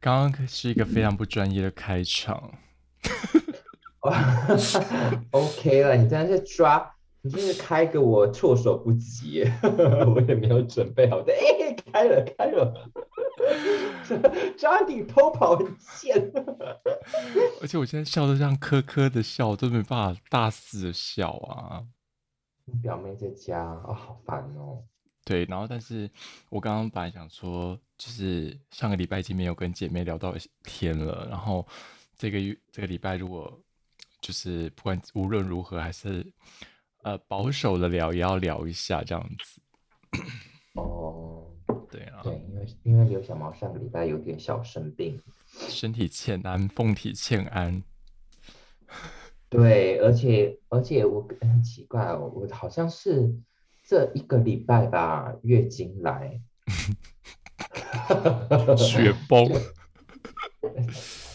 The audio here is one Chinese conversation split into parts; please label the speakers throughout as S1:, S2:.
S1: 刚刚是一个非常不专业的开场，
S2: OK 了，你真的是抓，你真是开给我措手不及 耶，我也没有准备好，我就哎开了开了， 张鼎偷跑很贱，
S1: 而且我现在笑得像磕磕的笑，我都没办法大肆的笑啊。
S2: 你表妹在家啊、哦好烦哦，
S1: 对，然后但是我刚刚本来想说，就是上个礼拜已经没有跟姐妹聊到天了，然后这个月这个礼拜如果就是不管无论如何还是呃保守的聊，也要聊一下这样子。
S2: 哦，
S1: 对啊，
S2: 对，因为因为刘小毛上个礼拜有点小生病，
S1: 身体欠安，凤体欠安。
S2: 对，而且而且我很奇怪哦，我好像是这一个礼拜吧月经来，
S1: 雪崩，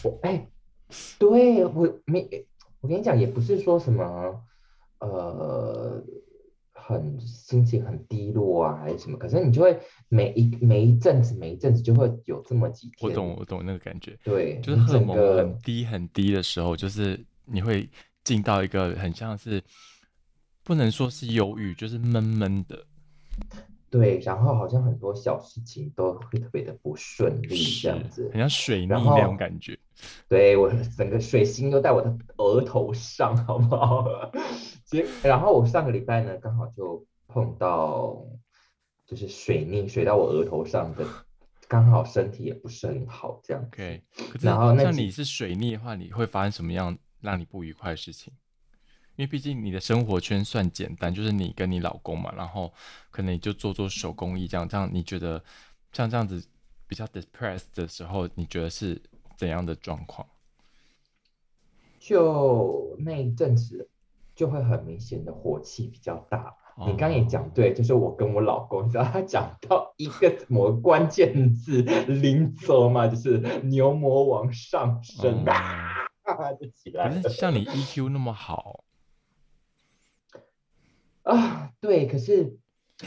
S2: 我哎，对我没，我跟你讲，也不是说什么，呃，很心情很低落啊，还是什么，可是你就会每一每一阵子每一阵子就会有这么几天，
S1: 我懂，我懂那个感觉，
S2: 对，
S1: 就是
S2: 你
S1: 荷尔
S2: 整
S1: 蒙
S2: 个
S1: 很低很低的时候，就是你会进到一个很像是不能说是忧郁，就是闷闷的。
S2: 对，然后好像很多小事情都会特别的不顺利这样
S1: 是
S2: 子
S1: 很，像水泥
S2: 然
S1: 那种
S2: 后
S1: 感觉。
S2: 对，我整个水星都在我的额头上，好不好？ 结，然后我上个礼拜呢，刚好就碰到，就是水逆水到我额头上的，刚好身体也不是很好，这样子。
S1: OK，可是
S2: 然后那
S1: 像
S2: 几
S1: 你是水逆的话，你会发生什么样让你不愉快的事情？因为毕竟你的生活圈算简单，就是你跟你老公嘛，然后可能你就做做手工艺这样，这样你觉得像这样子比较 depressed 的时候，你觉得是怎样的状况？
S2: 就那一阵子就会很明显的火气比较大。你刚刚也
S1: 哦
S2: 讲对，就是我跟我老公，你知道他讲到一个某个关键字 “临走”嘛，就是牛魔王上身，
S1: 哦
S2: 啊，就起来了
S1: 可是像你 EQ 那么好，
S2: 啊。对，可是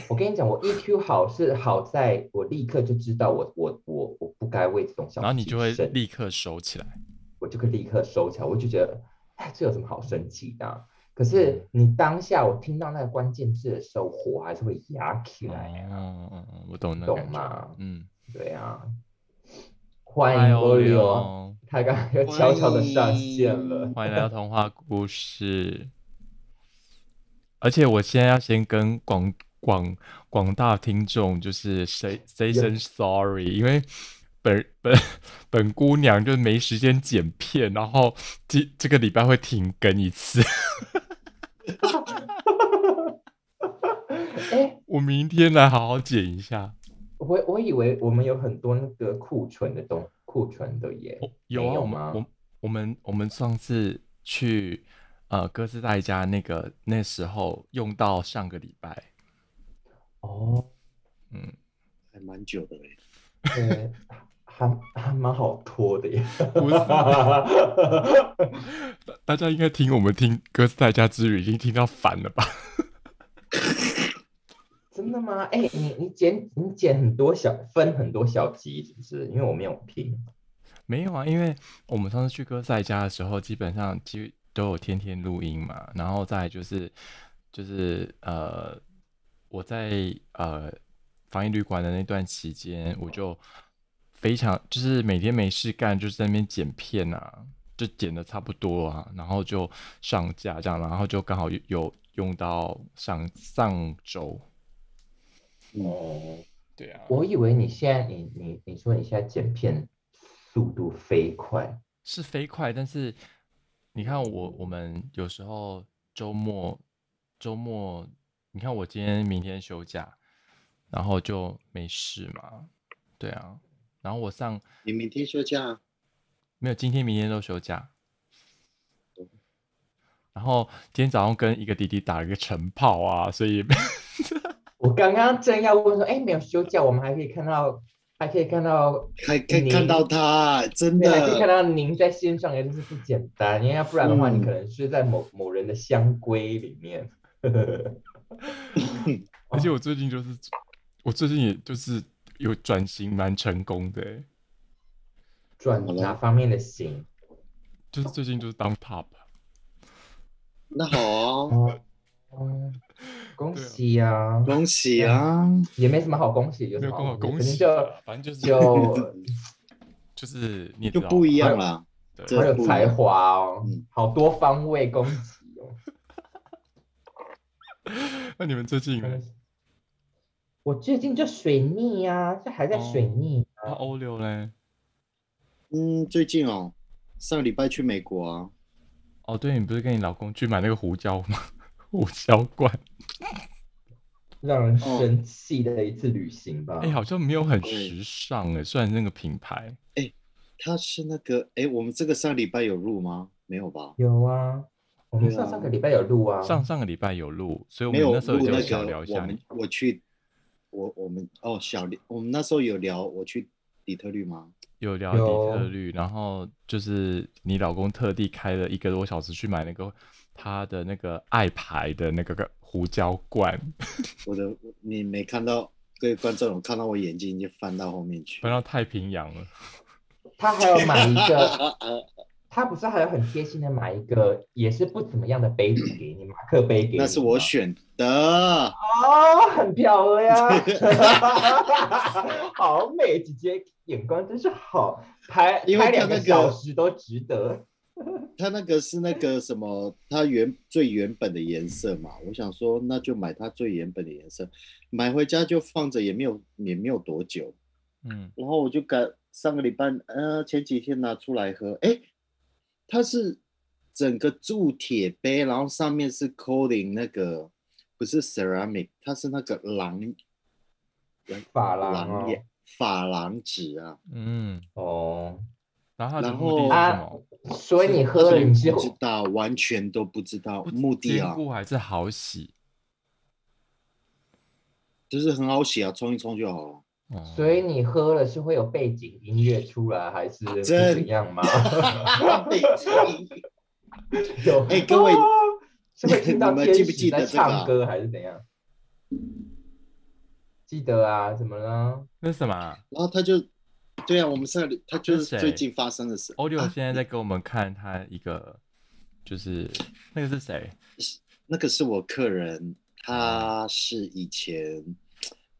S2: 我跟你讲，我 EQ 好是好在我立刻就知道我我我我不该为这种小
S1: 然后你
S2: 气
S1: 就会
S2: 生
S1: 立刻收起来。
S2: 我就可以立刻收起来，我就觉得，哎，这有什么好生气的啊、可是
S1: 嗯
S2: 你当下我听到那个关键字的时候，火还是会压起来啊，
S1: 哦，嗯嗯我懂那个
S2: 懂
S1: 感觉。
S2: 吗？
S1: 嗯，哎
S2: 对啊，欢
S1: 嗨
S2: 迎欧利哦，
S1: 哦，
S2: 他刚刚又悄悄的上线了。
S1: 欢迎来到童话故事。而且我现在要先跟广广广大听众就是 say say 声 sorry，因为本本本姑娘就没时间剪片，然后这这个礼拜会停更一次。
S2: 哎，
S1: 我明天来好好剪一下。
S2: 我我以为我们有很多那个库存的东库存的耶，
S1: 哦有
S2: 没
S1: 啊，
S2: 有
S1: 我们
S2: 吗
S1: 我我们我们上次去呃哥斯达黎加那个那时候用到上个礼拜，
S2: 哦，
S1: 嗯，
S3: 还蛮久的欸嘞。
S2: 对，还还蛮好拖的耶。
S1: 不是大家应该听我们听哥斯达黎加之旅已经听到烦了吧？
S2: 真的吗？哎、你你剪你剪很多小分很多小集，是不是？因为我没有听。
S1: 没有啊，因为我们上次去哥斯达黎加的时候，基本上基本都有天天录音嘛，然后再来就是就是呃，我在呃防疫旅馆的那段期间，我就非常就是每天没事干，就是在那边剪片啊，就剪的差不多啊，然后就上架这样，然后就刚好有有用到上上周，
S2: 哦，
S1: 对啊，
S2: 我以为你现在你你你说你现在剪片速度飞快，
S1: 是飞快，但是你看我我们有时候周末周末，你看我今天明天休假，然后就没事嘛，对啊，然后我上
S3: 你明天休假啊？
S1: 没有今天明天都休假，然后今天早上跟一个弟弟打了个晨跑啊，所以
S2: 我刚刚正要问说，哎、没有休假，我们还可以看到，还可以看到，
S3: 还可以
S2: 你
S3: 看到他，啊真
S2: 对，
S1: 啊
S2: 还可以看到
S3: 的。
S2: 您在线上，也就是不简单，因为要不然的话，你可能是在某某人的香闺里面。
S1: 而且我最近就是我最近也就是有转型蛮成功的欸，
S2: 转
S3: 好了
S2: 哪方面的型？
S1: 就是最近就是当 top，啊
S3: 那好啊，
S2: 哦，哦，恭喜呀、
S3: 恭喜啊！
S1: 嗯
S2: 也没什么好恭喜，有
S1: 没
S2: 什
S1: 有
S2: 么
S1: 跟
S2: 好
S1: 我恭
S2: 肯定
S1: 喜
S2: 就
S1: 啊，反正就是
S2: 就
S1: 就是你也
S3: 就
S1: 知道
S3: 不一
S1: 嘛
S3: 样啦。
S1: 对
S3: 对
S2: 好有才华哦
S3: 嗯，
S2: 好多方位攻击哦。
S1: 那你们最近
S2: 真的
S1: 呢
S2: 是我最近就水逆呀、这还在水
S1: 哦
S2: 逆啊、
S1: 那欧六嘞？
S3: 嗯，最近哦，上个礼拜去美国啊，
S1: 哦，对，你不是跟你老公去买那个胡椒吗？ 胡椒罐，
S2: 让人
S3: 哦
S2: 生气的一次旅行吧。
S3: 啊
S1: 哎、好像没有很
S3: 对
S1: 时尚哎，虽然那个品牌，
S3: 他是那个，哎，我们这个上礼拜有录吗？没有吧？
S2: 有啊，我们
S3: 对
S2: 上
S3: 啊
S2: 上个礼拜有录啊，
S1: 上上个礼拜有录，所以我
S3: 没
S1: 们
S3: 有
S1: 那时候
S3: 录
S1: 就
S3: 那
S1: 小聊
S3: 个
S1: 一，
S3: 我
S1: 下
S3: 们
S1: 你。
S3: 我去，我我们哦，小李，我们那时候有聊我去底特律吗？
S1: 有聊底特
S2: 有
S1: 律，然后就是你老公特地开了一个多小时去买那个他的那个爱牌的那个胡椒罐，
S3: 我的你没看到，各位观众有看到我眼睛已经翻到后面去
S1: 搬。到太平洋了。
S2: 他还有买一
S3: 啊
S2: 个，他不是还有很贴心的买一个也是不怎么样的杯子给你，马克杯给你吗，
S3: 那是我选的，
S2: 哦，很漂 亮，好美，姐姐眼光真是好，拍
S3: 因为
S2: 拍两
S3: 他那
S2: 个
S3: 个
S2: 小时都值得。
S3: 它那个是那个什么，它原最原本的颜色嘛。我想说，那就买它最原本的颜色，买回家就放着，也没有也没有多久。
S1: 嗯，
S3: 然后我就赶上个礼拜，呃，前几天拿出来喝，哎，它是整个铸铁杯，然后上面是 coating 那个不是 ceramic，它是那个狼
S2: 法郎
S3: 狼
S2: 哦
S3: 眼珐琅质啊。
S1: 嗯，
S2: 哦，
S1: 然后他的
S3: 然
S1: 目的是
S3: 后
S1: 什
S2: 啊
S1: 么？
S2: 所以你喝了你之
S3: 不知
S2: 后，
S3: 道，完全都不知道
S1: 不
S3: 目的
S1: 坚
S3: 啊，
S1: 固还是好洗？
S3: 就是很好写啊，冲一冲就好了。
S1: 哦
S2: 所以你喝了是会有背景音乐出来，还是是
S3: 真
S2: 怎样 吗？有
S3: 哎各位
S2: 啊是会听到
S3: 你们
S2: 天
S3: 记不
S2: 使
S3: 记
S2: 在
S3: 得这个啊
S2: 唱歌还是怎样？记得啊，怎么了？
S1: 那什么啊，
S3: 然后他就，对啊，我们上个礼他就
S1: 那谁
S3: 是最近发生的事。
S1: 欧六
S3: 啊
S1: 现在在给我们看他一个，就是那个是谁？
S3: 那个是我客人，他是以前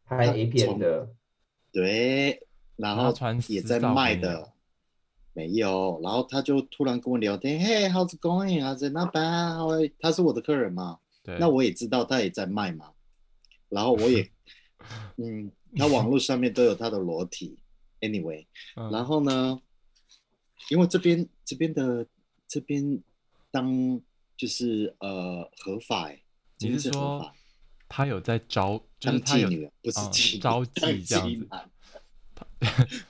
S2: 拍 A 片
S3: 从
S2: 的，
S3: 对，然
S1: 他
S3: 后
S1: 穿
S3: 也
S1: 丝
S3: 在
S1: 罩
S3: 卖
S1: 没有
S3: 的，没有。然后他就突然跟我聊天，嘿，How's it going？他说 Not bad。How are you？他是我的客人嘛，
S1: 对，
S3: 那我也知道他也在卖嘛，然后我也， 嗯，他网络上面都有他的裸体。Anyway，
S1: 嗯
S3: 然后呢，因为这边这边的这边当就是呃合法、欸，这
S1: 你
S3: 边
S1: 是
S3: 合
S1: 说
S3: 法，
S1: 他有在招，就是
S3: 当
S1: 他有
S3: 妓女啊不是
S1: 哦
S3: 妓女，
S1: 招
S3: 当
S1: 妓这样
S3: 妓
S1: 子
S3: 男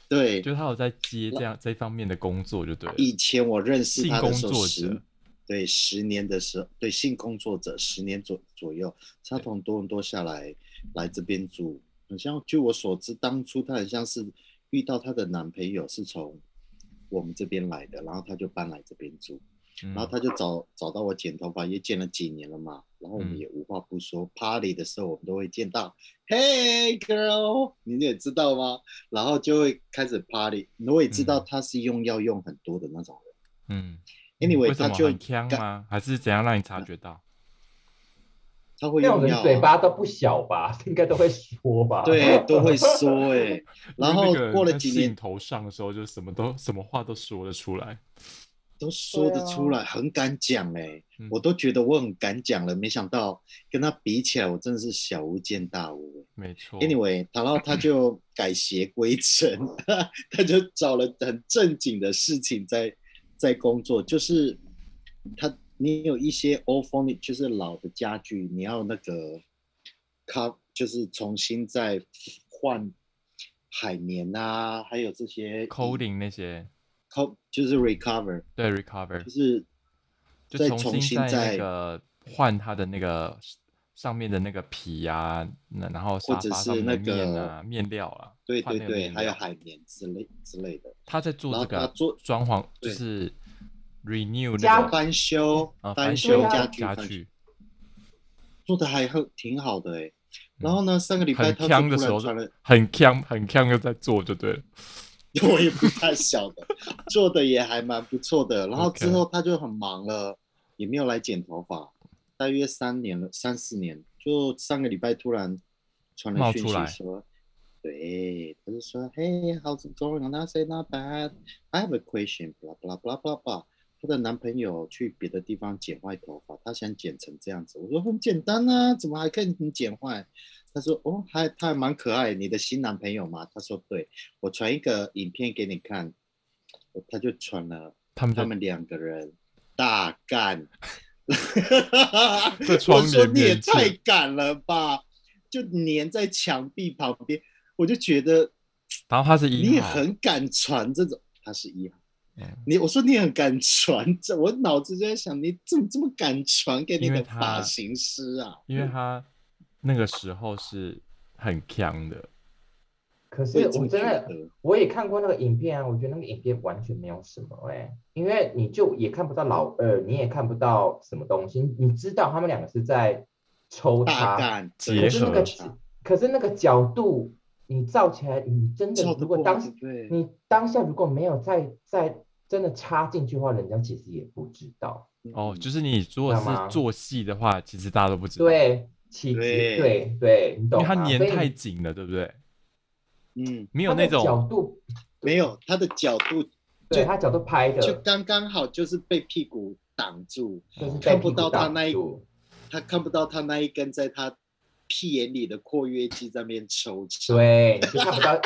S3: 对，
S1: 就是他有在接这样这方面的工作，就对了。
S3: 以前我认识
S1: 性
S3: 他
S1: 工
S3: 的时候
S1: 作
S3: 十
S1: 者，，
S3: 对十年的时候，对性工作者十年左左右，他从多伦多下来来这边住，很像据我所知，当初他很像是遇到她的男朋友是从我们这边来的，然后他就搬来这边住，
S1: 嗯
S3: 然后他就找找到我剪头发，也剪了几年了嘛，然后我们
S1: 嗯
S3: 也无话不说、p a r t y 的时候我们都会见到，Hey girl，你也知道吗？然后就会开始 party，我也知道
S1: 嗯
S3: 他是用药用很多的那种人。
S1: 嗯
S3: Anyway，
S1: 为什
S3: 他
S1: 么
S3: 就
S1: 很呛吗？还是怎样让你察觉到？
S3: 他会
S2: 那种
S3: 用
S2: 人
S3: 药、啊
S2: 嘴巴都不小吧， 应该都会说吧？
S3: 对，都 会说哎、 然后
S1: 因为那个
S3: 过了
S1: 在
S3: 几
S1: 摄影
S3: 年
S1: 头上的时候，就什么都什么话都说得出来。
S3: 都说得出来，很敢讲哎、
S1: 嗯
S3: 我都觉得我很敢讲了，没想到跟他比起来，我真的是小巫见大巫、欸。
S1: 没错
S3: Anyway，然后他就改邪归正， 他就找了很正经的事情在在工作，就是他你有一些 old furniture，就是老的家具，你要那个 c 就是重新再换海绵啊，还有这些
S1: coding 那些
S3: co 就是 recover，
S1: 对 recover
S3: 就是
S1: 就
S3: 再
S1: 重
S3: 重
S1: 新
S3: 新
S1: 在那
S3: 再
S1: 个换它的那个上面的那个皮啊，那然后沙
S3: 或者
S1: 发
S3: 是
S1: 上面的
S3: 那个
S1: 面啊、面料啊，
S3: 对
S1: 换
S3: 对
S1: 那个
S3: 对，
S1: 面
S3: 还有
S1: 料。
S3: 海绵之类之类的，
S1: 他在做
S3: 然
S1: 这
S3: 后
S1: 个
S3: 他
S1: 啊
S3: 做
S1: 装潢，就
S3: 对
S1: 是 renew 那
S2: 家
S1: 个
S3: 翻修
S1: 啊
S3: 翻
S1: 修
S3: 修
S2: 对啊
S3: 家
S1: 家
S3: 具翻修
S1: 具，
S3: 做的还很挺好的哎、然后呢，上个礼拜
S1: 嗯很
S3: 他
S1: 呛的
S3: 就突
S1: 时候
S3: 然
S1: 就
S3: 传了，
S1: 很呛很呛又在做就对了。
S3: 我也不太晓得， 做的也还蛮不错的。然后
S1: OK
S3: 之后他就很忙了，也没有来剪头发，大约三年了，三四年。就上个礼拜突然传
S1: 冒
S3: 了讯
S1: 出来
S3: 息说，对，他就说，Hey, how's it going? And I say not bad. I have a question. Blah blah blah blah blah. 她的男朋友去别的地方剪坏头发，她想剪成这样子。我说很简单啊，怎么还可以你剪坏？她说哦，还他还蛮可爱，你的新男朋友嘛？她说对，我传一个影片给你看，我她就传了
S1: 他们在
S3: 他们两个人大干。
S1: 在窗
S3: 我说
S1: 帘
S3: 你也
S1: 面前
S3: 太敢了吧，就粘在墙壁旁边，我就觉得
S1: 然后他是
S3: 你
S1: 一
S3: 也
S1: 号，
S3: 很敢传这种，他是一号。
S1: 嗯
S3: 你我说你很敢传，这我脑子就在想，你怎么这么敢传给你
S1: 因为
S3: 的
S1: 他
S3: 发型师啊？
S1: 因为他那个时候是很强的，
S3: 嗯
S2: 可
S3: 我也
S2: 是
S3: 这
S2: 我
S3: 么
S2: 真
S3: 觉
S2: 的
S3: 得
S2: 我也看过那个影片啊，我觉得那个影片完全没有什么哎、因为你就也看不到老二，你也看不到什么东西，你知道他们两个是在抽
S3: 大
S2: 插，
S3: 干
S1: 结
S2: 可
S1: 合
S2: 是那个
S3: 差
S2: 可是那个角度你照起来，你真的
S3: 照得
S2: 如果
S3: 过
S2: 当
S3: 对不对
S2: 你当下如果没有再再真的插进去的话，人家其实也不知道。
S3: 嗯
S1: 哦，就是你如果
S2: 知道吗
S1: 是做戏的话，其实大家都不知道，，
S2: 对，其实
S3: 对
S2: 对对，你
S1: 因
S2: 懂
S1: 为
S2: 吗？
S1: 它粘
S2: 所以
S1: 太紧了，对不对？
S3: 嗯，
S1: 没有
S2: 它的
S1: 那种
S2: 角度，
S3: 没有他的角度
S2: 对
S3: 就
S2: 他角度拍的，
S3: 就刚刚好，就是被屁股挡住，
S2: 就是被
S3: 看不
S2: 屁股
S3: 到他
S2: 挡
S3: 那一
S2: 住
S3: 他看不到他那一根在他屁眼里的括约肌在那边抽插。
S2: 对，你就看不到，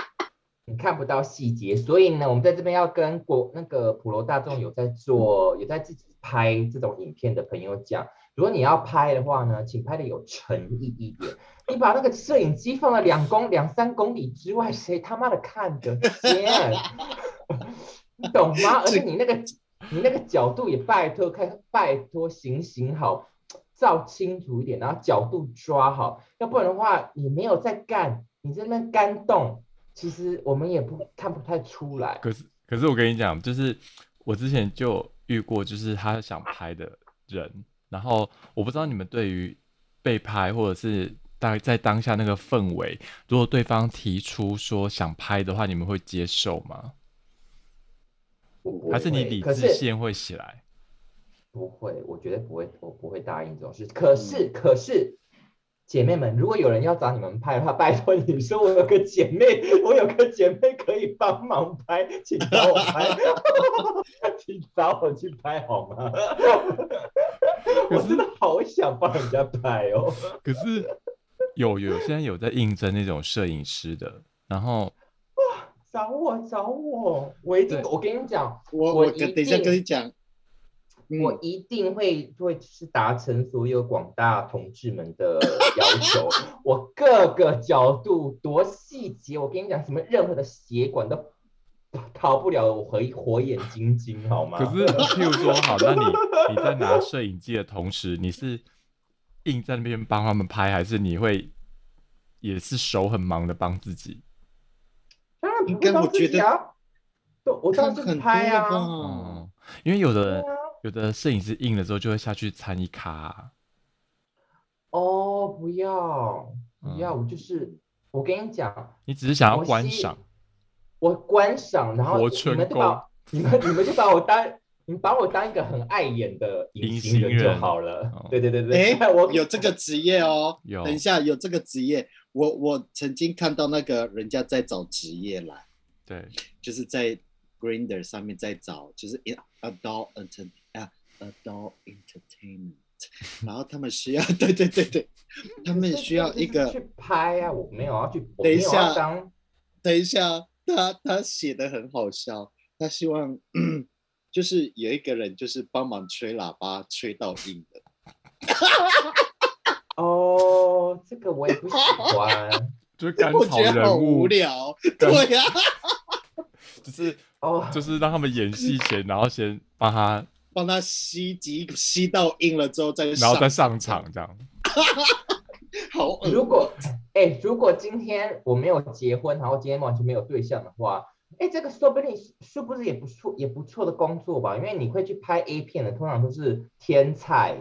S2: 你看不到细节。所以呢，我们在这边要跟国那个普罗大众有在做、有在自己拍这种影片的朋友讲，如果你要拍的话呢，请拍的有诚意一点。你把那个摄影机放了两公两三公里之外，谁他妈的看得见？你 懂吗？而且你那个你那个角度也拜托看，拜托行行好，照清楚一点，然后角度抓好，要不然的话你没有在干，你在那干动，其实我们也不看不太出来。
S1: 可是，可是我跟你讲，就是我之前就有遇过，就是他想拍的人，然后我不知道你们对于被拍或者是大在当下那个氛围，如果对方提出说想拍的话，你们会接受吗？
S2: 我不
S1: 还是你
S2: 会
S1: 理
S2: 可
S1: 智
S2: 是
S1: 线会起来？
S2: 不会，我绝对不会，我不会答应这种事。可是，可是，姐妹们，如果有人要找你们拍的话，拜托你说我有个姐妹，我有个姐妹可以帮忙拍，请找我拍， 请找我去拍好吗？ 我真的好想帮人家拍哦。
S1: 可是有有现在有在应征那种摄影师的，然后
S2: 找我，找我！我一定，
S1: 对
S2: 我跟你讲，
S3: 我
S2: 我
S3: 我跟
S2: 一
S3: 等一下
S2: 定
S3: 跟你讲，嗯
S2: 我一定会会是达成所有广大同志们的要 求，我各个角度多细节，我跟你讲，什么任何的血管都逃不了我火火眼金睛，好吗？
S1: 可 是，譬如说，好，那你你在拿摄影机的同时，你是硬在那边帮他们拍，还是你会也是手很忙的帮自己？
S2: 当然
S3: 应
S2: 不
S3: 该
S2: 会
S3: 我
S2: 帮自
S3: 觉
S2: 己
S3: 得
S2: 啊，对，我当然
S3: 看很
S2: 是
S3: 多
S2: 拍
S3: 了吧
S2: 啊，
S1: 嗯，因为有
S2: 对
S1: 的
S2: 啊，
S1: 有的摄影师硬了之后就会下去参一咖啊、
S2: 哦，不要不要，
S1: 嗯
S2: 我就是我跟你讲，
S1: 你只是想要
S2: 我
S1: 观
S2: 吸
S1: 赏，
S2: 我观赏，然后
S1: 活
S2: 你
S1: 春
S2: 们就
S1: 宫
S2: 把你们你们就把我当你们把我当一个很碍眼的
S1: 隐
S2: 隐
S1: 形
S2: 形人就
S1: 人
S2: 好了
S1: 哦。
S2: 对对对嗯对，，
S3: 哎
S2: 我
S3: 有这个职业哦。
S1: 有
S3: 等一下有这个职业，我我曾经看到那个人家在找职业来，
S1: 对，
S3: 就是在 Grinder 上面在找，就是 in- adult enter 啊 adult entertainment，然后他们需要，对对对对，他
S2: 这
S3: 们
S2: 这
S3: 需要
S2: 这
S3: 一
S2: 就是
S3: 个
S2: 去拍啊，我没有要去，我
S3: 等
S2: 没
S3: 一
S2: 有要
S3: 下
S2: 当
S3: 等一下，他他写的很好笑，他希望 就是有一个人就是帮忙吹喇叭吹到硬的，
S2: 哦，这个我也不喜欢
S1: 就是甘
S3: 我
S1: 草
S3: 觉得
S1: 人
S3: 好
S1: 物
S3: 无，聊。对啊呀、
S1: 就是
S2: 哦。
S1: 就是让他们演戏前，然后先帮他，
S3: 帮他吸集吸到硬了之后再
S1: 然后再
S3: 上，
S1: 上场这样。
S3: 好 恶
S2: 如果哎，如果今天我没有结婚，然后今天完全没有对象的话。哎，这个说不定是是不是也不错，也不错的工作吧？因为你会去拍 A 片的，通常都是天才哎、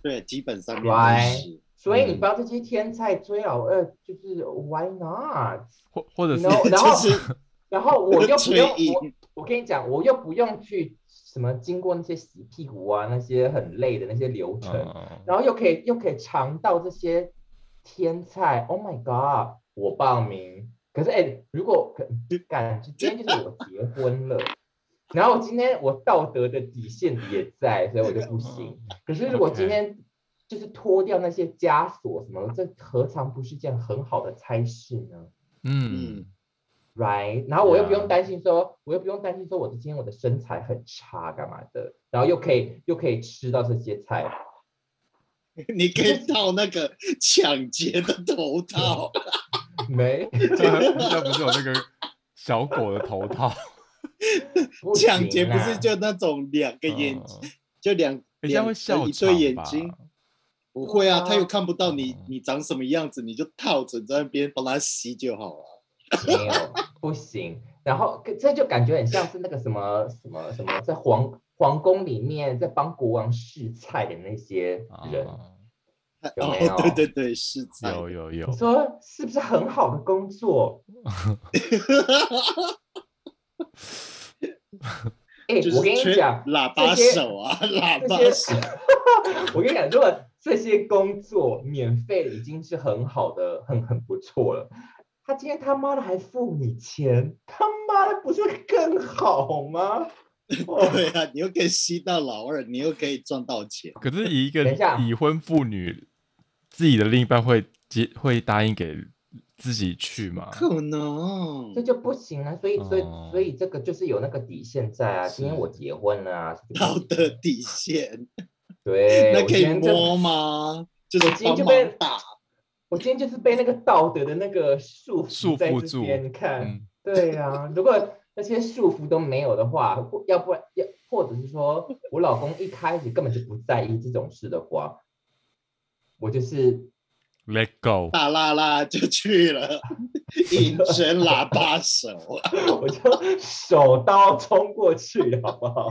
S3: 对，基本上面
S2: 来
S3: 都是。
S2: 所以你
S1: 嗯
S2: 帮这些天菜追老二，就是 why not？
S1: 或或者是
S2: 然后然后
S3: 就是
S2: 然后我 又不
S3: 吹
S2: 用我
S3: 硬
S2: 我跟你讲，我又不用去什么经过那些洗屁股啊，那些很累的那些流程，
S1: 嗯，
S2: 然后又可以又可以尝到这些天菜，Oh my god！我报名，可是哎、如果可感觉今天就是我结婚了，然后今天我道德的底线也在，所以我就不行。可是如果今
S1: OK
S2: 天就是脱掉那些枷锁什么的，这何尝不是一件很好的差事呢？
S1: 嗯，
S2: right？然后我又不
S1: Yeah.
S2: 用担心说，我又不用担心说我的今天我的身材很差干嘛的，然后又可以又可以吃到这些菜，
S3: 你可以套那个抢劫的 头套，
S2: 没
S1: 这这不是有那个小狗的头套？
S2: 不
S3: 抢劫
S2: 行啊
S3: 不
S2: 啦
S3: 是就那种两个眼睛，
S1: 嗯
S3: 就两
S1: 人家会
S3: 两
S1: 笑
S3: 一对
S1: 场
S3: 眼
S1: 吧
S3: 睛，不会啊，
S2: 对啊
S3: 他又看不到你
S1: 嗯
S3: 你长什么样子，你就套着在那边帮他吸就好了。
S2: 没有不行。然后跟这就感觉很像是那个什么什么什么在皇皇宫里面在帮国王试菜的那些人，
S1: 啊
S2: 有
S3: 哦
S2: 没有，
S3: 对对对，是菜
S1: 有有有
S2: 你， 说是不是很好的工作？哎、
S3: 就是
S2: 我跟你
S3: 吹
S2: 讲，
S3: 喇叭
S2: 这些
S3: 手啊，喇
S2: 这
S3: 叭
S2: 些
S3: 手，
S2: 我跟你讲，如果这些工作免费已经是很好的、很很不错了，他今天他妈的还付你钱，他妈的不是更好吗？
S3: 嗯
S2: 哦，
S3: 对啊，你又可以吸到老二，你又可以赚到钱。
S1: 可是以一个
S2: 等一下
S1: 已婚妇女，自己的另一半会接会答应给自己去吗？
S2: 嗯
S3: 可能
S2: 这就不行啊！所以，所以，所以
S1: 哦
S2: 这个就是有那个底线在啊。今天
S1: 是
S2: 我结婚了啊，是
S3: 道
S2: 不行
S3: 德底线，
S2: 对，
S3: 哦 那
S2: 我
S3: 可
S2: 今
S3: 以
S2: 天就
S3: 摸吗？就
S2: 我
S3: 是
S2: 今天
S3: 帮
S2: 就被
S3: 忙打，
S2: 我今天就是被那个道德的那个束缚
S1: 束
S2: 在
S1: 缚
S2: 这
S1: 住
S2: 边你看，
S1: 嗯
S2: 对啊，如果那些束缚都没有的话，或要不然要或者是说我老公一开始根本就不在意这种事的话，我就是
S1: ，Let go，
S3: 大啦啦就去了， 一声喇叭手，
S2: 我就手刀冲过去，好不好？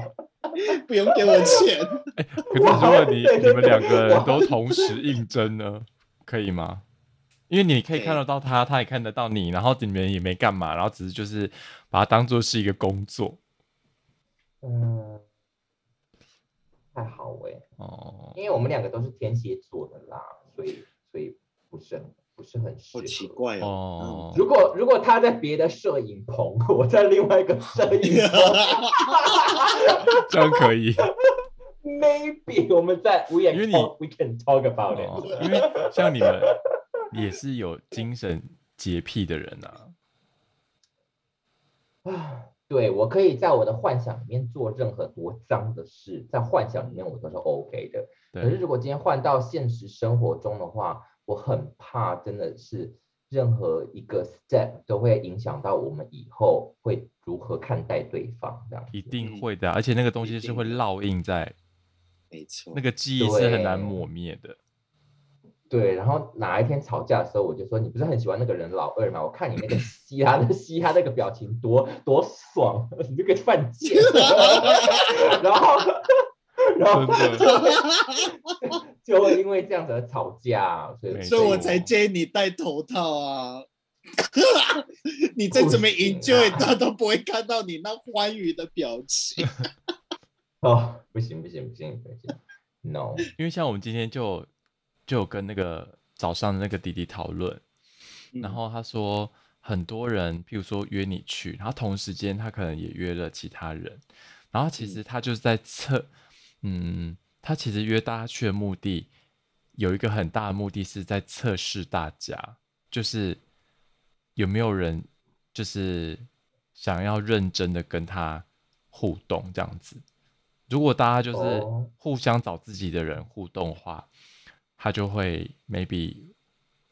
S3: 不用给我钱，
S1: 可是如果你
S2: 对对
S1: 你们两个人
S2: 我
S1: 都同时应征呢，可以吗？因为你可以看得到他，他也看得到你，然后你们也没干嘛，然后只是就是把它当做是一个工作
S2: 嗯，还好哎、
S1: 哦。
S2: 因为我们两个都是天蝎座的啦，所以所以不是很不是很适
S3: 好
S2: 合。
S3: 奇怪哦。
S1: 哦，
S2: 如果如果他在别的摄影棚， 我在另外一个摄影
S1: 这样可以。
S2: 棚，maybe 我们在 we
S1: 因为
S2: can
S1: 你
S2: talk, we can talk about it、
S1: 哦，因为像你们也是有精神洁癖的人啊，
S2: 啊，对我可以在我的幻想里面做任何多脏的事，在幻想里面我都是 OK 的。可是
S1: 对，
S2: 如果今天换到现实生活中的话，我很怕真的是任何一个 step 都会影响到我们以后会如何看待对方这样子。
S1: 一定会的啊、而且那个东西是会烙印在
S3: 没错
S1: 那，个记忆是很难抹灭的。
S2: 对，然后哪一天吵架的时候，我就说你不是很喜欢那个人老二吗？我看你那个嘻哈的嘻哈那个表情多多爽，你这个犯贱。 然后，
S1: 真
S2: 然后
S1: 的，
S2: 就会因为这样子而吵架，所以
S1: 没
S3: 所以
S1: 错
S3: 我才建议你戴头套啊。你再怎么
S2: 不 行啊
S3: enjoy，他都不会看到你那欢愉的表情。
S2: 哦，不行不行不行不行，no，
S1: 因为像我们今天就有就有跟那个早上的那个弟弟讨论， 然后他说很多人，譬如说约你去，然后同时间他可能也约了其他人，然后
S2: 嗯
S1: 其实他就是在测，嗯，他其实约大家去的目的有一个很大的目的是在测试大家，就是有没有人就是想要认真的跟他互动这样子。如果大家就是
S2: 哦
S1: 互相找自己的人互动的话，他就会 maybe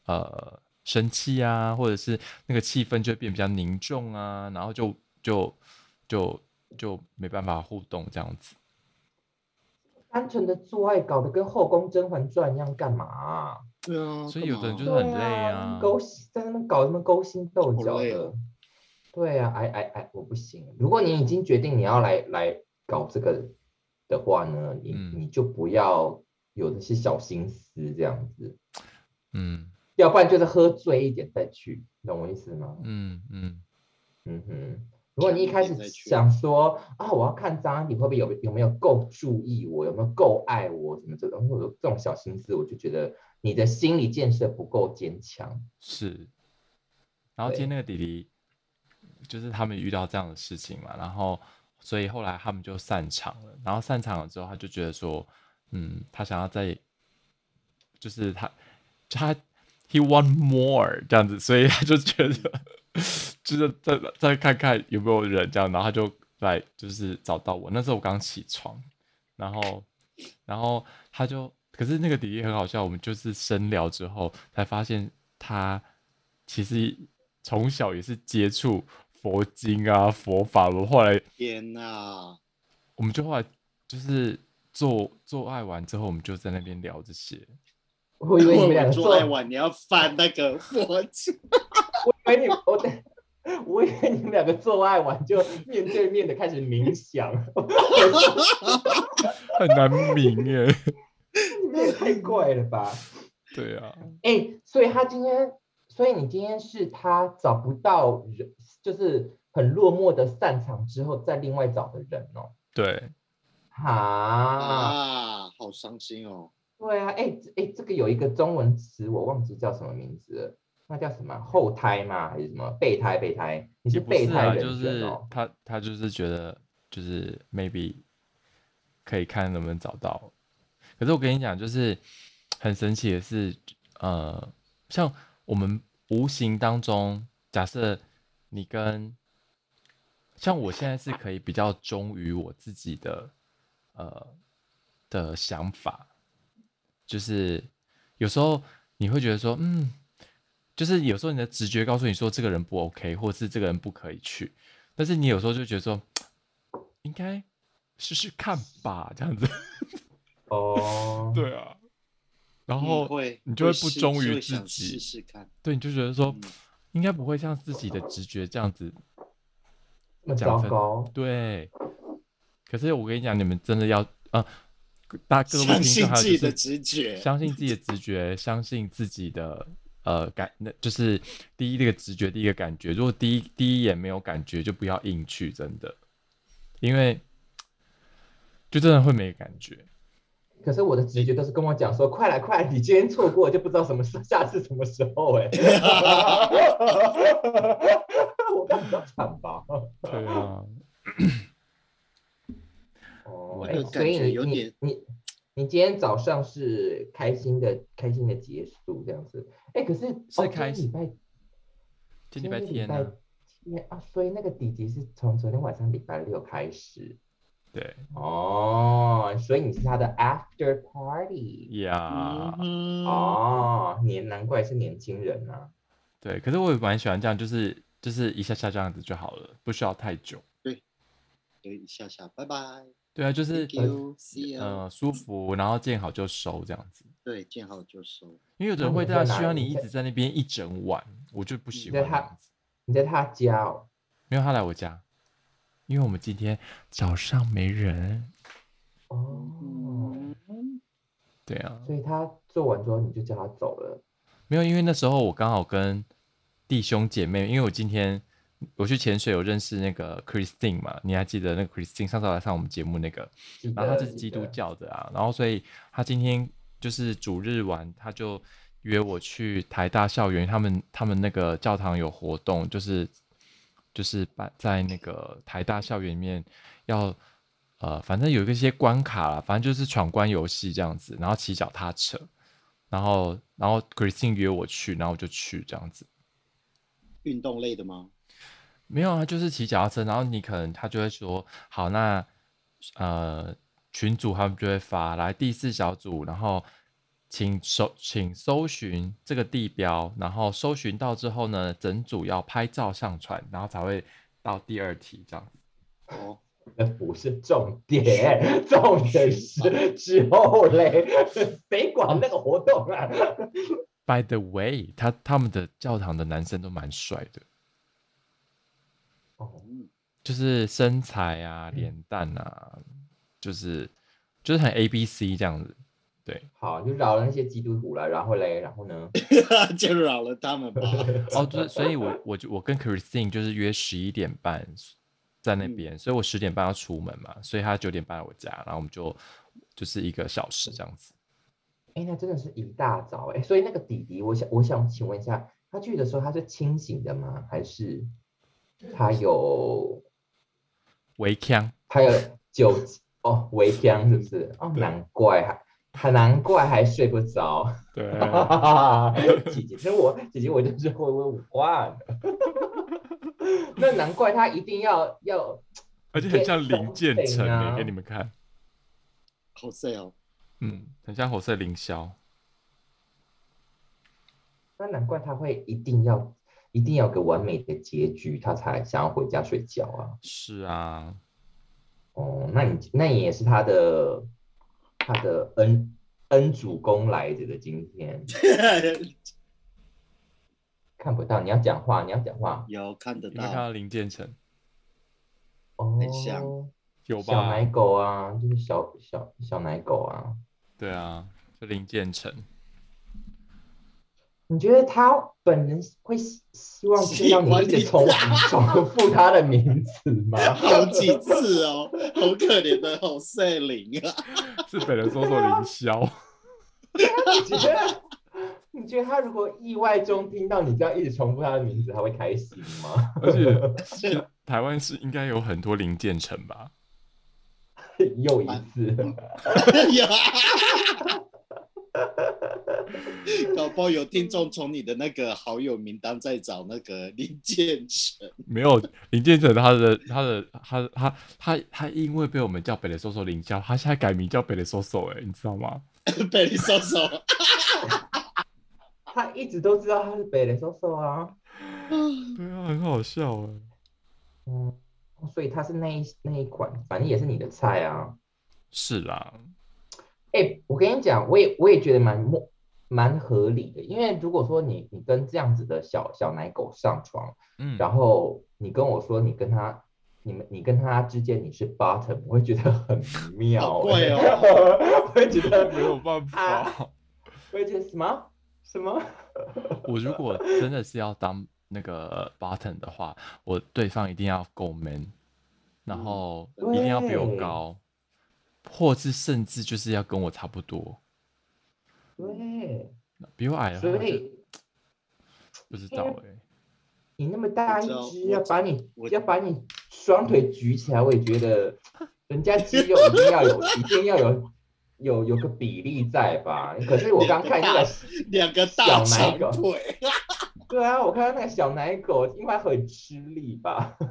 S1: 呃生气啊，或者是那个气氛就会变比较凝重啊，然后就就就就没办法互动这样子。
S2: 单纯的做爱搞得跟后宫《甄嬛传》一样干嘛啊？
S3: 对啊，
S1: 所以有的人就
S3: 干嘛
S1: 是很累啊
S2: 啊，勾心在那边搞什么勾心斗
S3: 好
S2: 角
S3: 累
S2: 的
S3: 哦。
S2: 对啊，哎哎哎，我不行。如果你已经决定你要来来搞这个的话呢，你、
S1: 嗯
S2: 你就不要有那些小心思这样子，
S1: 嗯
S2: 要不然就是喝醉一点再去，你懂我意思吗？
S1: 嗯嗯，
S2: 嗯哼，如果你一开始
S3: 明天再去
S2: 想说啊，我要看张安迪会不会有有没有够注意我，有没有够爱我，什么这种，有这种小心思，我就觉得你的心理建设不够坚强。
S1: 是，然后今天那个弟弟，就是他们遇到这样的事情嘛，然后所以后来他们就散场了。然后散场了之后，他就觉得说，嗯，他想要再，就是他他 he want more 这样子，所以他就觉得 就是再再看看有没有人这样，然后他就来就是找到我。那时候我刚起床，然后然后他就，可是那个弟弟很好笑，我们就是深聊之后才发现他其实从小也是接触佛经啊、佛法，我们后来
S3: 天哪，
S1: 我们就后来就是做做爱完之后，我们就在那边聊这些。
S2: 我以为你们
S3: 我
S2: 两个
S3: 做爱
S2: 做，我
S3: 晚你要翻那个佛 经，
S2: 以为你们我等。我以为你们两个做爱完就面对面的开始冥想，
S1: 很难明耶。
S2: 你们也太怪了吧？
S1: 对啊，
S2: 哎、所以他今天，所以你今天是他找不到人，就是很落寞的散场之后，再另外找的人哦。
S1: 对，
S2: 哈，
S3: 啊，好伤心哦。
S2: 对啊，哎、这哎、这个有一个中文词，我忘记叫什么名字了，那叫什么后胎吗？还是什么备胎？备胎？你
S1: 也不
S2: 备
S1: 是
S2: 胎
S1: 啊，
S2: 人
S1: 就
S2: 生
S1: 是
S2: 哦。
S1: 他他就是觉得就是 maybe 可以看能不能找到。可是我跟你讲，就是很神奇的是，呃，像我们无形当中，假设你跟像我现在是可以比较忠于我自己的呃的想法，就是有时候你会觉得说，嗯，就是有时候你的直觉告诉你说这个人不 OK，或是这个人不可以去，但是你有时候就觉得说，应该试试看吧，这样子。
S2: 哦，
S1: 对啊，然
S3: 嗯
S1: 后
S3: 会，
S1: 你就会
S3: 试
S1: 不忠于
S3: 会
S1: 自
S3: 想
S1: 己
S3: 试试看。
S1: 对你就觉得说
S3: 嗯，
S1: 应该不会像自己的直觉这样子。
S2: 那么
S1: 讲
S2: 糟
S1: 真
S2: 糕，
S1: 对，可是我跟你讲，你们真的要啊，大各位
S3: 相
S1: 听
S3: 信
S1: 众还有
S3: 自
S1: 就
S3: 己的
S1: 是
S3: 直觉，
S1: 相信自己的直觉，相信自己的呃感，那就是第一这个直觉，第一个感觉。如果第一第一眼没有感觉，就不要硬去，真的，因为就真的会没感觉。
S2: 可是我的直觉都是跟我讲说，快来快来，你今天错过就不知道什么时下次什么时候哎、我刚刚惨吧。
S1: 对啊，
S2: 哦，
S1: 我
S2: 哎
S3: 的
S2: 所
S3: 感
S2: 以
S3: 觉
S2: 你
S3: 有
S2: 你
S3: 点
S2: 你你今天早上是开心的，开心的结束这样子。哎，可是
S1: 是
S2: 哦
S1: 开
S2: 今天礼拜
S1: 今天礼拜天
S2: 今
S1: 呢、
S2: 礼拜天啊，所以那个底级是从昨天晚上礼拜六开始
S1: 对
S2: 哦，所以你是他的 after party
S1: 呀。
S3: 嗯哼，
S2: 哦，年难怪是年轻人呐、啊。
S1: 对，可是我也蛮喜欢这样，就是就是一下下这样子就好了，不需要太久。
S3: 有一下下，拜拜
S1: 对啊，就是
S3: ，Thank you，see you，
S1: 呃舒服，然后见好就收这样子。
S3: 对，见好就收。
S1: 因为有的人
S2: 那
S1: 会
S2: 你
S1: 这
S2: 嗯在
S1: 样，
S2: 哪
S1: 希望
S2: 里
S1: 你一
S2: 在
S1: 直在那边一整晚，我就不喜
S2: 在
S1: 欢这
S2: 他
S1: 样子。
S2: 你在他家哦，
S1: 没有他来我家，因为我们今天早上没人。
S2: 哦，
S3: 嗯，
S1: 对啊，
S2: 所以他做完之后你就叫他走了。
S1: 没有，因为那时候我刚好跟弟兄姐妹，因为我今天我去潜水有认识那个 Christine 嘛，你还记得那个 Christine 上次来上我们节目那个，
S2: 记
S1: 然后他
S2: 得
S1: 是基
S2: 记
S1: 督
S2: 得
S1: 教的啊，然后所以他今天就是主日晚，他就约我去台大校园，他们他们那个教堂有活动，就是就是办在那个台大校园里面要呃，反正有一个些关卡啦，反正就是闯关游戏这样子，然后骑脚踏车，然后然后 Christine 约我去，然后我就去这样子。
S3: 运动类的吗？
S1: 没有啊，就是骑脚踏车，然后你可能他就会说，好，那呃群组他们就会发来第四小组，然后请搜请搜寻这个地标，然后搜寻到之后呢，整组要拍照上传，然后才会到第二题这样。
S3: 哦，
S2: 那不是重点， 重点是 之后 嘞，谁管那个活动啊？
S1: By the way，他他们的教堂的男生都蛮帅的，
S2: 哦，
S3: 嗯
S1: 就是身材啊、
S2: 嗯
S1: 脸蛋啊，就是就是很 A B C 这样子。对，
S2: 好，就饶了那些基督徒了，然后嘞，然 后呢？
S3: 就饶了他们吧。
S1: 哦，就是所以我，我就我跟 Christine 就是约十一点半在那边，所以我十点半要出门嘛，所以他九点半来我家，然后我们就就是一个小时这样子。
S2: 哎，那真的是一大早哎，所以那个弟弟，我想我想请问一下，他去的时候他是清醒的吗？还是他有
S1: 围腔，
S2: 他有酒精哦，围江是不是？哦，
S1: 对
S2: 难怪还还难怪还睡不着。
S1: 对嗯
S2: 姐姐，那我姐姐我就是会问五万， 那难怪他一定要要
S1: 而且很像林建成
S2: 对啊
S1: 欸，给你们看，
S3: 好 s 哦，
S1: 嗯，很像火色凌霄。
S2: 那难怪他会一定要一定要有个完美的结局，他才想要回家睡觉啊。
S1: 是啊，
S2: 哦，那你那你也是他的他的恩恩主公来着的，今 天看不到，你要讲话，你要讲话
S3: 有看得
S1: 有没有看
S3: 到
S1: 到林建成？
S2: 哦，
S3: 很像
S1: 有
S2: 小
S1: 吧
S2: 奶？狗啊，就是小小小奶狗啊。
S1: 对啊，就林建成。
S2: 你觉得他本人会希希望就是让你一直
S3: 喜
S2: 重
S3: 欢你
S2: 重复他的名字吗？
S3: 好几次哦，好可怜的好 s 灵啊。
S1: 是本人搜索凌霄，
S2: 你觉得你觉得他如果意外中听到你这样一直重复他的名字，他会开心吗？
S1: 而 且是台湾是应该有很多林建成吧？
S2: 又一次，
S3: 有 啊，搞不好有听众从你的那个好友名单在找那个林建成，
S1: 没有林建成他的他的他他他他因为被我们叫北雷搜索凌霄，他现在改名叫北雷搜索哎，你知道吗？
S3: 被你搜搜。
S2: 他一直都知道他是北雷叔叔啊，
S1: 对啊，很好笑哎。
S2: 嗯，所以他是那一那一款，反正也是你的菜啊。
S1: 是啦，
S2: 哎、我跟你讲，我也我也觉得蛮莫蛮合理的，因为如果说你你跟这样子的小小奶狗上床，
S1: 嗯，
S2: 然后你跟我说你跟他，你们你跟他之间你是 bottom，我会觉得 很妙、欸
S3: 好怪哦
S2: 我会觉得
S1: 没有办法
S2: 啊。我会觉得什么什么？
S1: 我如果真的是要当那个 button 的话，我对方一定要够 man，然后
S2: 嗯
S1: 一定要比我
S2: 对
S1: 高，或是甚至就是要跟我差不多，
S2: 对，
S1: 比我矮的话
S2: 所
S1: 就
S2: 以
S1: 不知道哎、
S2: 你那么大一
S3: 我知道嗯
S2: 只，
S3: 我
S2: 要把你
S3: 我
S2: 要把你双腿举起来，我也觉得 人家肌肉一定要有，一定要有有有个比例在吧？可是我刚看那个。
S3: 两个大
S2: 小
S3: 长
S2: 奶狗
S3: 腿，
S2: 对啊，我看到那个小奶狗，应该很吃力吧？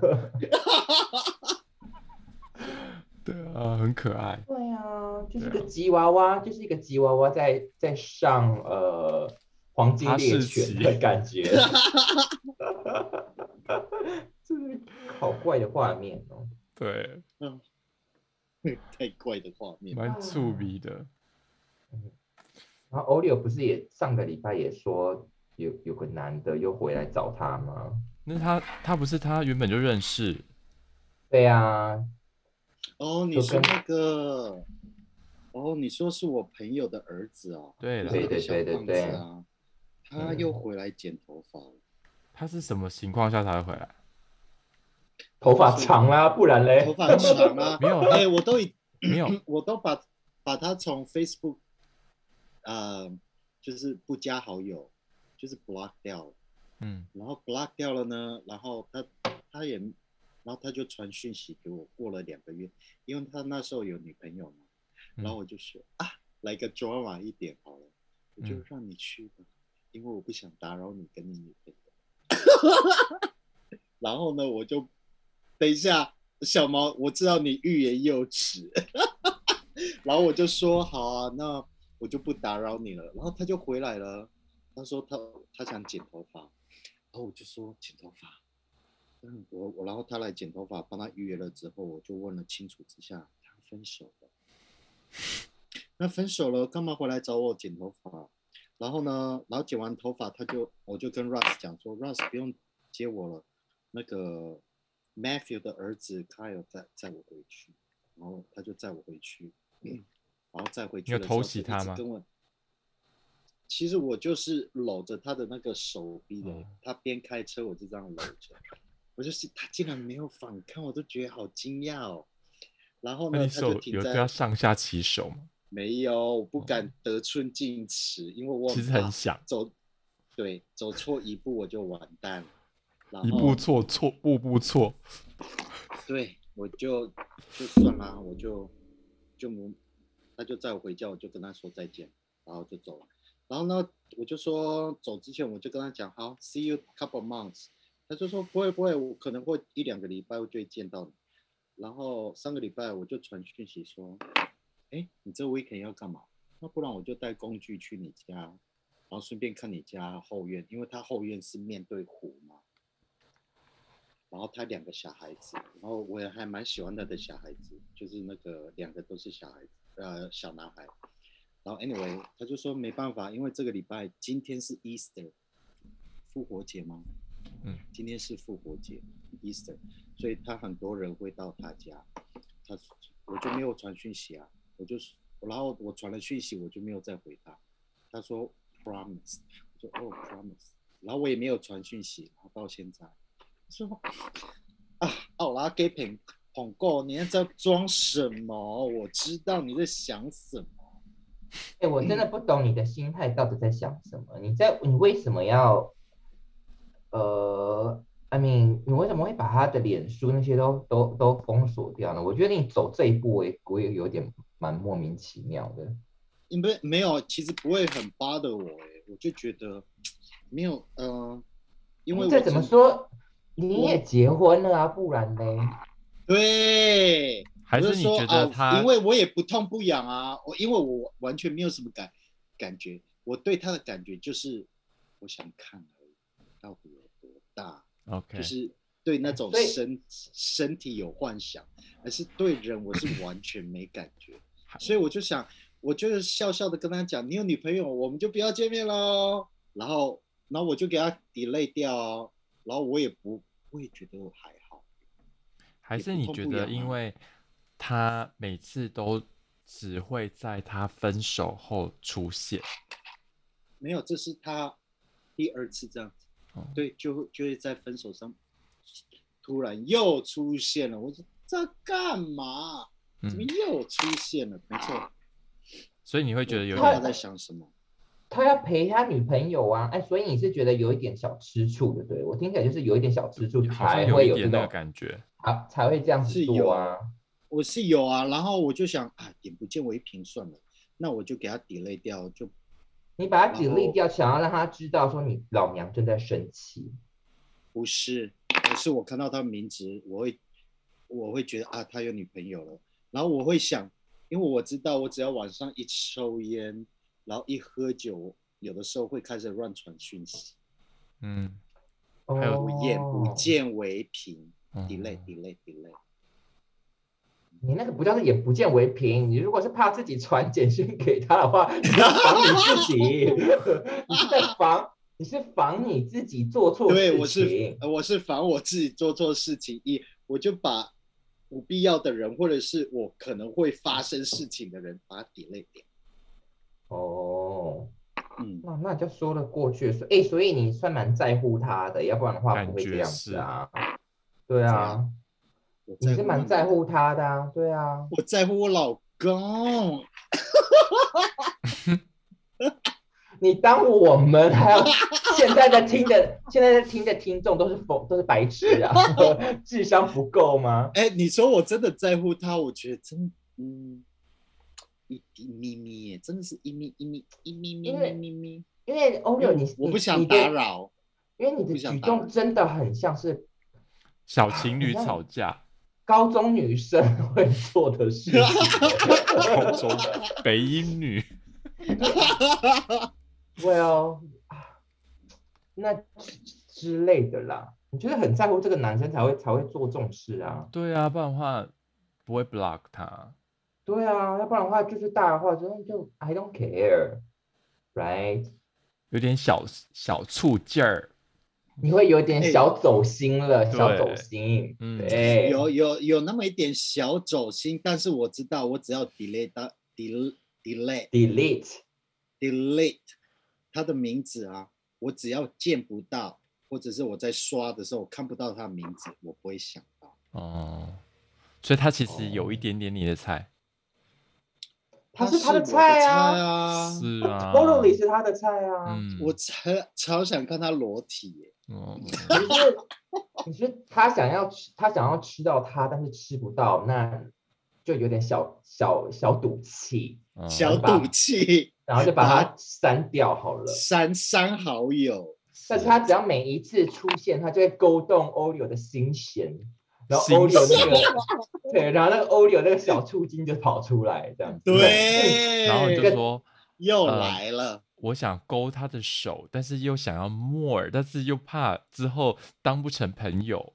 S1: 对啊，很可爱。
S2: 对啊，就是一
S1: 对
S2: 个
S1: 啊
S2: 吉娃娃，就是一个吉娃娃在在上呃黄金
S1: 哈
S2: 猎
S1: 士
S2: 犬
S1: 奇
S2: 的感觉， 就是好怪的画面哦。
S1: 对，
S3: 太怪的画面。
S1: 蛮触鼻的。
S2: 然后 Olio 不是也上个礼拜也说有有个男的又回来找他吗？
S1: 那他他不是他原本就认识，
S2: 对啊，
S3: 哦，你说那个，哦，你说是我朋友的儿子哦，
S1: 对
S3: 就
S1: 了
S3: 是，那个
S2: 对
S3: 小
S2: 对对
S3: 胖子
S2: 对
S3: 啊，他又回来剪头发了。
S1: 他是什么情况下才会回来？，
S2: 头发长啦、不然嘞
S3: 头，发长啊
S1: 没有
S3: 哎、我都已，
S1: 没有
S3: 我都把把他从 Facebook，呃，就是不加好友，就是 block 掉了，
S1: 嗯，
S3: 然后 block 掉了呢，然后他他也，然后他就传讯息给我，过了两个月，因为他那时候有女朋友嘛，
S1: 嗯
S3: 然后我就说啊，来个 drama 一点好了，我就
S1: 嗯
S3: 让你去吧，因为我不想打扰你跟你女朋友。 然后呢，我就等一下，小毛，我知道你欲言又止， 然后我就说好啊，那我就不打扰你了。然后他就回来了，他说他他想剪头发，然后我就说剪头发，嗯，我我然后他来剪头发，帮他预约了之后，我就问了清楚之下，他分手了。那分手了，干嘛回来找我剪头发？然后呢，然后剪完头发，他就我就跟 Russ 讲说，Russ 不用接我了，那个 Matthew 的儿子 Kyle 载载我回去，然后他就载我回去，嗯然后再回去
S1: 你有
S3: 的时候
S1: 偷
S3: 就
S1: 袭
S3: 一
S1: 他
S3: 直
S1: 吗
S3: 跟我其实我就是搂着他的那个手臂的，
S1: 嗯
S3: 他边开车我就这样搂着，我就是他竟然没有反抗，我都觉得好惊讶哦。然后
S1: 那
S3: 呢，
S1: 你
S3: 他就
S1: 手
S3: 停
S1: 有
S3: 在
S1: 对他上下其手吗？
S3: 没有，我不敢得寸进尺，因为我
S1: 其实
S3: 怕
S1: 很想
S3: 走，对，走错一步我就完蛋了。然
S1: 一
S3: 后
S1: 步错错步步错，
S3: 对，我就就算啦，我就就没，他就载我回家，我就跟他说再见，然后就走了。然后呢，我就说走之前我就跟他讲，好，see you couple months。他就说不会不会，我可能会一两个礼拜我就会见到你。然后上个礼拜我就传讯息说，哎，你这 weekend 要干嘛？那不然我就带工具去你家，然后顺便看你家后院，因为他后院是面对湖嘛。然后他两个小孩子，然后我也还蛮喜欢他的小孩子，就是那个两个都是小孩子，呃，小男孩。然后 anyway，他就说没办法，因为这个礼拜今天是 Easter，复活节吗？
S1: 嗯，
S3: 今天是复活节，Easter，所以他很多人会到他家，他我就没有传讯息啊，我就然后我传了讯息，我就没有再回他。他说 promise，我说哦 promise，然后我也没有传讯息，然后到现在，说啊奥拉给捧捧够，你在装什么？我知道你在想什么。
S2: 哎、我真的不懂你的心态到底在想什么？你在你为什么要，呃，I mean，你为什么会把他的脸书那些都都都封锁掉呢？我觉得你走这一步，我也我也有点蛮莫名其妙的。
S3: 你没没有，其实不会很巴的我哎，我就觉得没有，嗯、呃，因为我
S2: 这怎么
S3: 真
S2: 说？你也结婚了啊，不然呢？
S3: 对？
S1: 还
S3: 我
S1: 是
S3: 就
S1: 你
S3: 说
S1: 觉得
S3: 哦
S1: 他
S3: 因为我也不痛不痒啊，我因为我完全没有什么感感觉，我对他的感觉就是我想看而已，到底有多大，
S1: OK？
S3: 就是对那种
S2: 所以
S3: 身身体有幻想，而是对人我是完全没感觉
S1: 还，
S3: 所以我就想，我就是笑笑的跟他讲，你有女朋友，我们就不要见面喽。然后，然后我就给他 delay 掉哦，然后我也不，我也觉得我还好。
S1: 还
S3: 也
S1: 是
S3: 不
S1: 你
S3: 痛
S1: 觉
S3: 不
S1: 得，
S3: 痒
S1: 因
S3: 啊
S1: 为他每次都只会在他分手后出现，
S3: 没有，这是他第二次这样子，
S1: 哦
S3: 对，就会就会在分手上突然又出现了。我说这干嘛？怎么
S1: 嗯，
S3: 又出现了？没错，
S1: 所以你会觉得有
S3: 我不知道
S1: 点
S3: 他在想什么。
S2: 他要陪他女朋友啊，哎，所以你是觉得有一点小吃醋的，对我听起来就是有一点小吃醋，
S1: 好像
S2: 才
S1: 有
S2: 会
S1: 一
S2: 有这
S1: 点那
S2: 种
S1: 个感觉，
S2: 啊，才会这样子
S3: 是有
S2: 做啊。
S3: 我是有啊，然后我就想啊，眼不见为凭算了，那我就给他 delay 掉，就
S2: 你把它
S3: 然后
S2: delete 掉，想要让他知道说你老娘正在生气。
S3: 不是，可是我看到他名字，我会我会觉得啊，他有女朋友了，然后我会想，因为我知道我只要晚上一抽烟，然后一喝酒，有的时候会开始乱传讯息，
S1: 嗯还有
S2: 哦，
S3: 不眼不见为凭
S1: 嗯
S3: ，delay delay delay，
S2: 你那个不叫是眼不见为凭。你如果是怕自己传简讯给他的话，你是防你自己，你是在防，你是防你自己做错事情。
S3: 对我是呃我是防我自己做错事情，一我就把不必要的人或者是我可能会发生事情的人把它 delay 掉，
S2: 哦，
S3: 嗯。
S2: 那那就说得过去。所哎，所以你算蛮在乎他的，要不然的话
S1: 感
S2: 不会这
S1: 觉
S2: 样
S1: 是
S2: 子啊。 对
S3: 这
S2: 啊
S3: 样，我
S2: 你是蛮在乎他
S3: 他，
S2: 的啊，对啊。
S3: 我在乎我老公。
S2: 你当我们还 有现在在听的，现在在听的听众都是疯，都是白痴啊， 智商不够吗？
S3: 哎，你说我真的在乎他，我觉得真嗯，一滴咪咪耶，真的是一咪一咪一咪咪
S2: 因为
S3: 咪咪咪。嗯
S2: 因为欧柳，你
S3: 我
S2: 你
S3: 不想
S2: 你的
S3: 打扰，
S2: 因为你
S3: 我不
S2: 的
S3: 想
S2: 举
S3: 打扰
S2: 动真的很像是
S1: 小情侣
S2: 好像
S1: 吵架，
S2: 高中女生 会做的事情。
S1: 高中北英女，
S2: well，啊那之之类的啦，你就是很在乎这个男生才会才会做这种事啊。
S1: 对啊，不然的话不会 block 他，
S2: 对啊，要不然的话就是大的话，就就 I don't care，right？
S1: 有点小小醋劲儿，
S2: 你会有点
S3: 哎
S2: 小走心了，小走
S1: 对
S2: 心，
S1: 嗯
S2: 对，
S3: 有有有那么一点小走心，但是我知道，我只要 delay 到 delay delete
S2: delete
S3: delete 他的名字啊，我只要见不到，或者是我在刷的时候我看不到他的名字，我不会想到。
S1: 哦，所以它其实有一点点你的菜，
S2: 他
S3: 是
S2: 是他的
S3: 我的
S2: 菜啊
S3: 啊！
S1: 是啊
S2: b o r o l y 是他的菜啊。
S1: 嗯，
S3: 我超超想看他裸体耶、
S1: 哦
S2: 可 是你是他想要吃，他想要吃到它，但是吃不到，那就有点小小小赌气，
S1: 嗯
S3: 小
S2: 吧
S3: 赌气，
S2: 然后就把它删掉好了。
S3: 删删好友，
S2: 但是他只要每一次出现，他就会勾动 Olio 的心弦，然后
S1: 心
S2: Olio 那个对，然后那个 Olio 那个小醋精就跑出来，这样子。
S3: 对，
S1: 然后你就说
S3: 又
S1: 呃
S3: 来了。
S1: 我想勾他的手，但是又想要 more，但是又怕之后当不成朋友，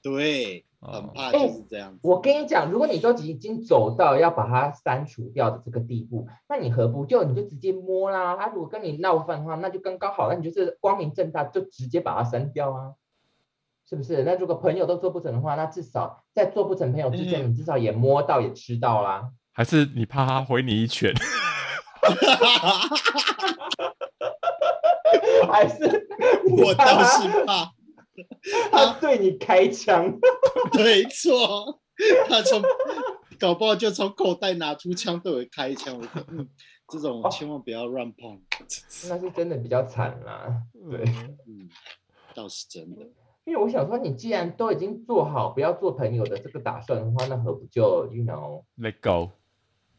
S3: 对，
S1: 哦
S3: 很怕就是这样子。
S2: 哎我跟你讲，如果你都已经走到要把它删除掉的这个地步，那你何不就你就直接摸啦？啊他如果跟你闹翻的话，那就刚刚好，那你就是光明正大就直接把它删掉啊，是不是？那如果朋友都做不成的话，那至少在做不成朋友之前，你至少也摸到也吃到啦。
S1: 还是你怕他回你一 拳？
S2: 还是
S3: 我
S2: 他
S3: 倒是啊怕，
S2: 他对你开枪，
S3: 没错，他从搞不好就从口袋拿出枪对我开枪。我说，嗯，这
S2: 哦
S3: 种千万不要乱碰。
S2: 那是真的比较惨啦。对，
S3: 嗯，倒是真的。
S2: 因为我想说，你既然都已经做好不要做朋友的这个打算的话，那何不就 you know？
S1: ，Let go，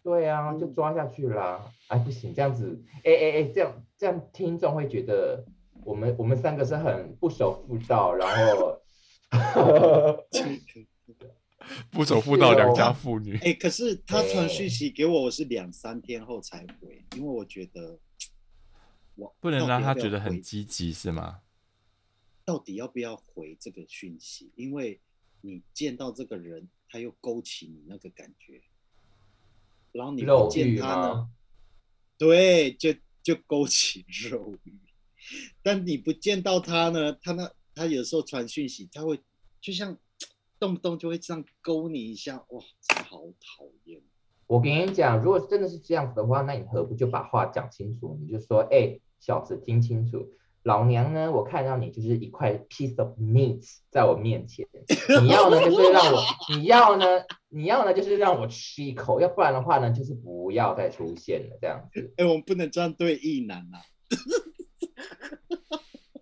S2: 对啊，就
S3: 嗯
S2: 抓下去啦！哎，不行，这样子，哎哎哎，这样这样，听众会觉得我们我们三个是很不守妇道，然后嗯
S1: 不守妇
S2: 是
S1: 道
S2: 哦
S1: 良家妇 女。
S3: 哎、可是他
S2: 对
S3: 传讯息给我，我是两三天后才回，因为我觉得我
S1: 不能
S3: 到底
S1: 让
S3: 要
S1: 他
S3: 不
S1: 觉
S3: 要
S1: 得很
S3: 回
S1: 积极是吗？
S3: 到底要不要回这个讯息？因为你见到这个人，他又勾起你那个感觉，然后你不
S2: 肉
S3: 见
S2: 欲
S3: 他呢
S2: 吗？，
S3: 对，就就勾起 肉欲。但你不见到他呢，他那他有时候传讯息，他会就像动不动就会这样勾你一下，哇，真的好讨厌。
S2: 我跟你讲，如果真的是这样子的话，那你何不就把话讲清楚？你就说，哎，小子，听清楚，老娘呢，我看到你就是一块 piece of meat 在我面前，你要呢就是让我，你要呢，你要呢就是让我吃一口，要不然的话呢，就是不要再出现了，这样子。
S3: 哎、我们不能这样对异男啊。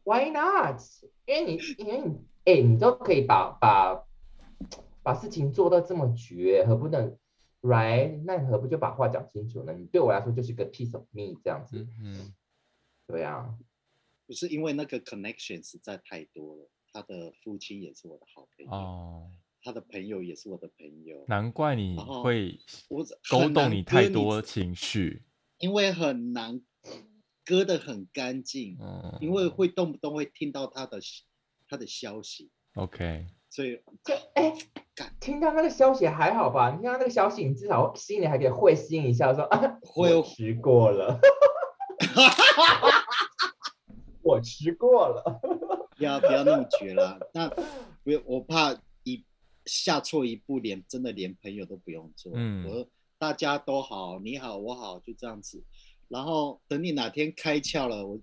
S2: Why not？因为你，因为你，哎、你都可以把把把事情做到这么绝，何不能？Right？那你何不就把话讲清楚呢？你对我来说就是个 piece of me 这样子
S1: 嗯，嗯，
S2: 对啊，
S3: 不是因为那个 connection 实在太多了，他的父亲也是我的好朋友，
S1: 哦，
S3: 他的朋友也是我的朋友，
S1: 难怪你
S3: 然后
S1: 会
S3: 哦我
S1: 勾
S3: 很
S1: 动
S3: 难
S1: 你
S3: 割
S1: 太
S3: 你
S1: 多
S3: 自
S1: 情绪。
S3: 因为很难割得很干净，
S1: 嗯，
S3: 因为会动不动会听到他的他的消息，
S1: OK，
S3: 所以
S2: 就哎、
S3: 干
S2: 听到那个消息还好吧？你听到那个消息，你至少心里还可以会心一笑说，啊，
S3: 会
S2: 我吃过了， 我吃过了。
S3: 不要不要那么绝啦。那不要，我怕一下错一步连，真的连朋友都不用做。
S1: 嗯
S3: 我大家都好，你好我好，就这样子。然后等你哪天开窍了，我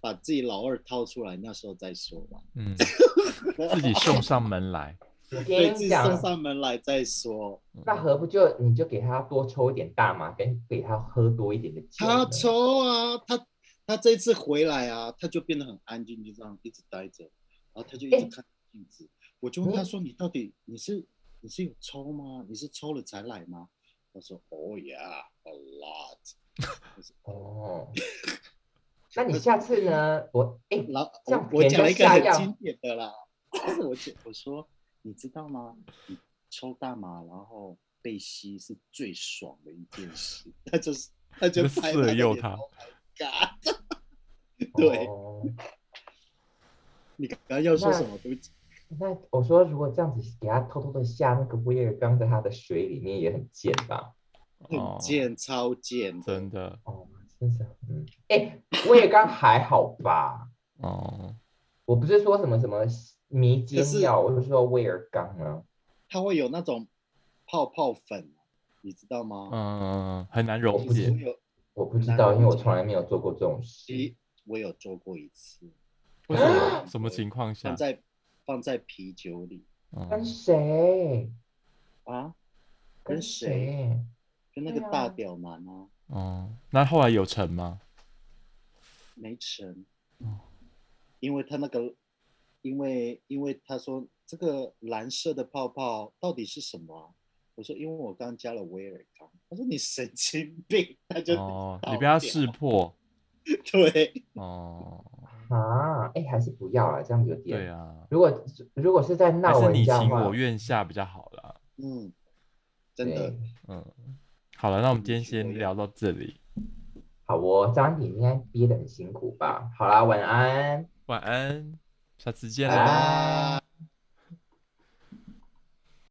S3: 把自己老二掏出来，那时候再说吧。
S1: 嗯，自己送上门 来。
S2: 我
S3: 对
S2: 跟
S3: 自己
S2: 你讲
S3: 送，上门来再说。
S2: 那何不就你就给他多抽一点大麻，跟给他喝多一点的酒呢？
S3: 他抽啊，他他这次回来啊，他就变得很安静，就这样一直待着，然后他就一直
S2: 哎
S3: 看镜子。我就问他
S2: 嗯
S3: 说：“你到底你是你是有抽吗？你是抽了才来吗？”他说：“Oh yeah, a lot。
S2: 哦，那你下次呢？我哎、”
S3: 然后
S2: 这样
S3: 我我
S2: 给人
S3: 讲了一
S2: 家下
S3: 个很
S2: 药
S3: 经典的啦，我就我说：“你知道吗？你抽大麻然后被吸是最爽的一件事。” 他就是他
S1: 就
S3: 就拍
S1: 色
S3: 拍
S1: 诱
S3: 他
S1: 他
S3: 的脸，“Oh my god！” 对，
S2: 哦
S3: 你刚刚要说
S2: 那
S3: 什么？对不起。
S2: 那我说，如果这样子给他偷偷的下那个威尔刚在他的水里面也很贱
S1: 哦
S2: 吧？
S3: 很贱，超贱的，
S1: 真的
S2: 哦，真是，嗯，哎、威尔刚还好吧？
S1: 哦，
S2: 我不是说什么什么迷奸
S3: 可是
S2: 药，我是说威尔刚啊。
S3: 它会有那种泡泡粉，啊你知道吗？
S1: 嗯，很难溶
S3: 我
S1: 解
S3: 我。有
S2: 我不知道，因为我从来没有做过这种事。
S3: 一我有做过一次，
S1: 为什么？什么情况下
S3: 放？在放在啤酒里
S1: 嗯
S2: 跟谁？
S3: 啊，跟谁？？跟那个
S2: 对啊
S3: 大屌男啊，
S1: 哦，那后来有成吗？
S3: 没成
S1: 哦，
S3: 因为他那个，因为因为他说这个蓝色的泡泡到底是什么啊、我说因为我刚加了威尔刚，他说你神经病，他就
S1: 哦，
S3: 倒
S1: 你不要
S3: 掉
S1: 识破。
S3: 对，
S1: 哦，
S2: 啊，哎，还是不要了，这样子有点。
S1: 对啊，
S2: 如果如果是在
S1: 还
S2: 闹
S1: 是
S2: 人
S1: 你
S2: 家的
S1: 情
S2: 话
S1: 我，愿下比较好啦。
S3: 嗯，真的
S2: 对，，
S1: 嗯，好了，那我们今天
S3: 你情我
S1: 先
S3: 愿
S1: 聊到这里，
S2: 好哦，张婷应该憋得很辛苦吧？好啦，晚安，
S1: 晚安，下次见
S2: 拜
S1: 啦。
S2: 拜。